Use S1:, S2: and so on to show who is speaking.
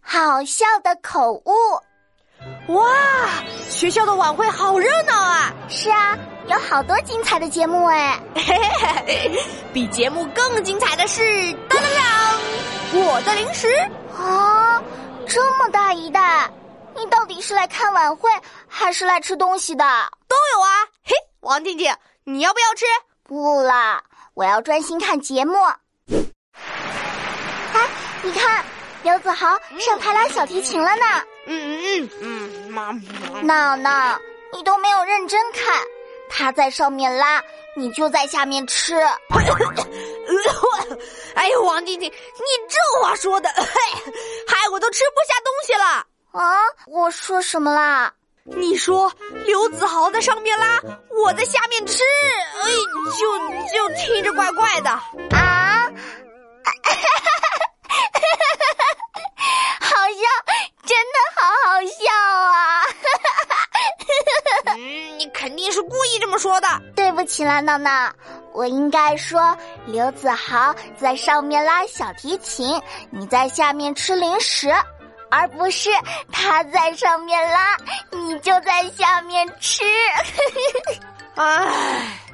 S1: 好笑的口误。
S2: 哇，学校的晚会好热闹啊！
S1: 是啊，有好多精彩的节目哎。
S2: 比节目更精彩的是，当当当，我的零食。
S1: 啊，这么大一袋，你到底是来看晚会还是来吃东西的？
S2: 都有啊。嘿，王静静，你要不要吃？
S1: 不啦，我要专心看节目。哎，你看，刘子豪上台拉小提琴了呢。
S2: 嗯嗯嗯嗯，妈妈。
S1: 闹闹，你都没有认真看，他在上面拉，你就在下面吃。
S2: 哎呦，王静静，你这话说的，嘿，害我都吃不下东西了。
S1: 啊，我说什么啦？
S2: 你说刘子豪在上面拉，我在下面吃，哎，就就听着怪怪的。
S1: 啊， 好笑，真的好好笑啊！
S2: 嗯，你肯定是故意这么说的。
S1: 对不起啦，闹闹，我应该说刘子豪在上面拉小提琴，你在下面吃零食，而不是他在上面拉，你就在下面吃。
S2: 唉。